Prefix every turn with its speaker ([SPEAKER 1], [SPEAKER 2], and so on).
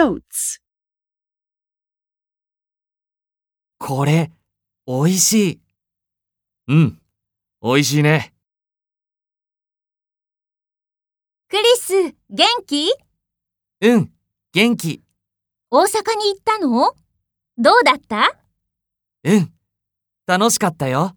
[SPEAKER 1] notes.
[SPEAKER 2] これ、おいしい。うん、おいしいね。
[SPEAKER 3] クリス、元気
[SPEAKER 2] うん、元気。
[SPEAKER 3] 大阪に行ったのどうだった
[SPEAKER 2] うん、楽しかったよ。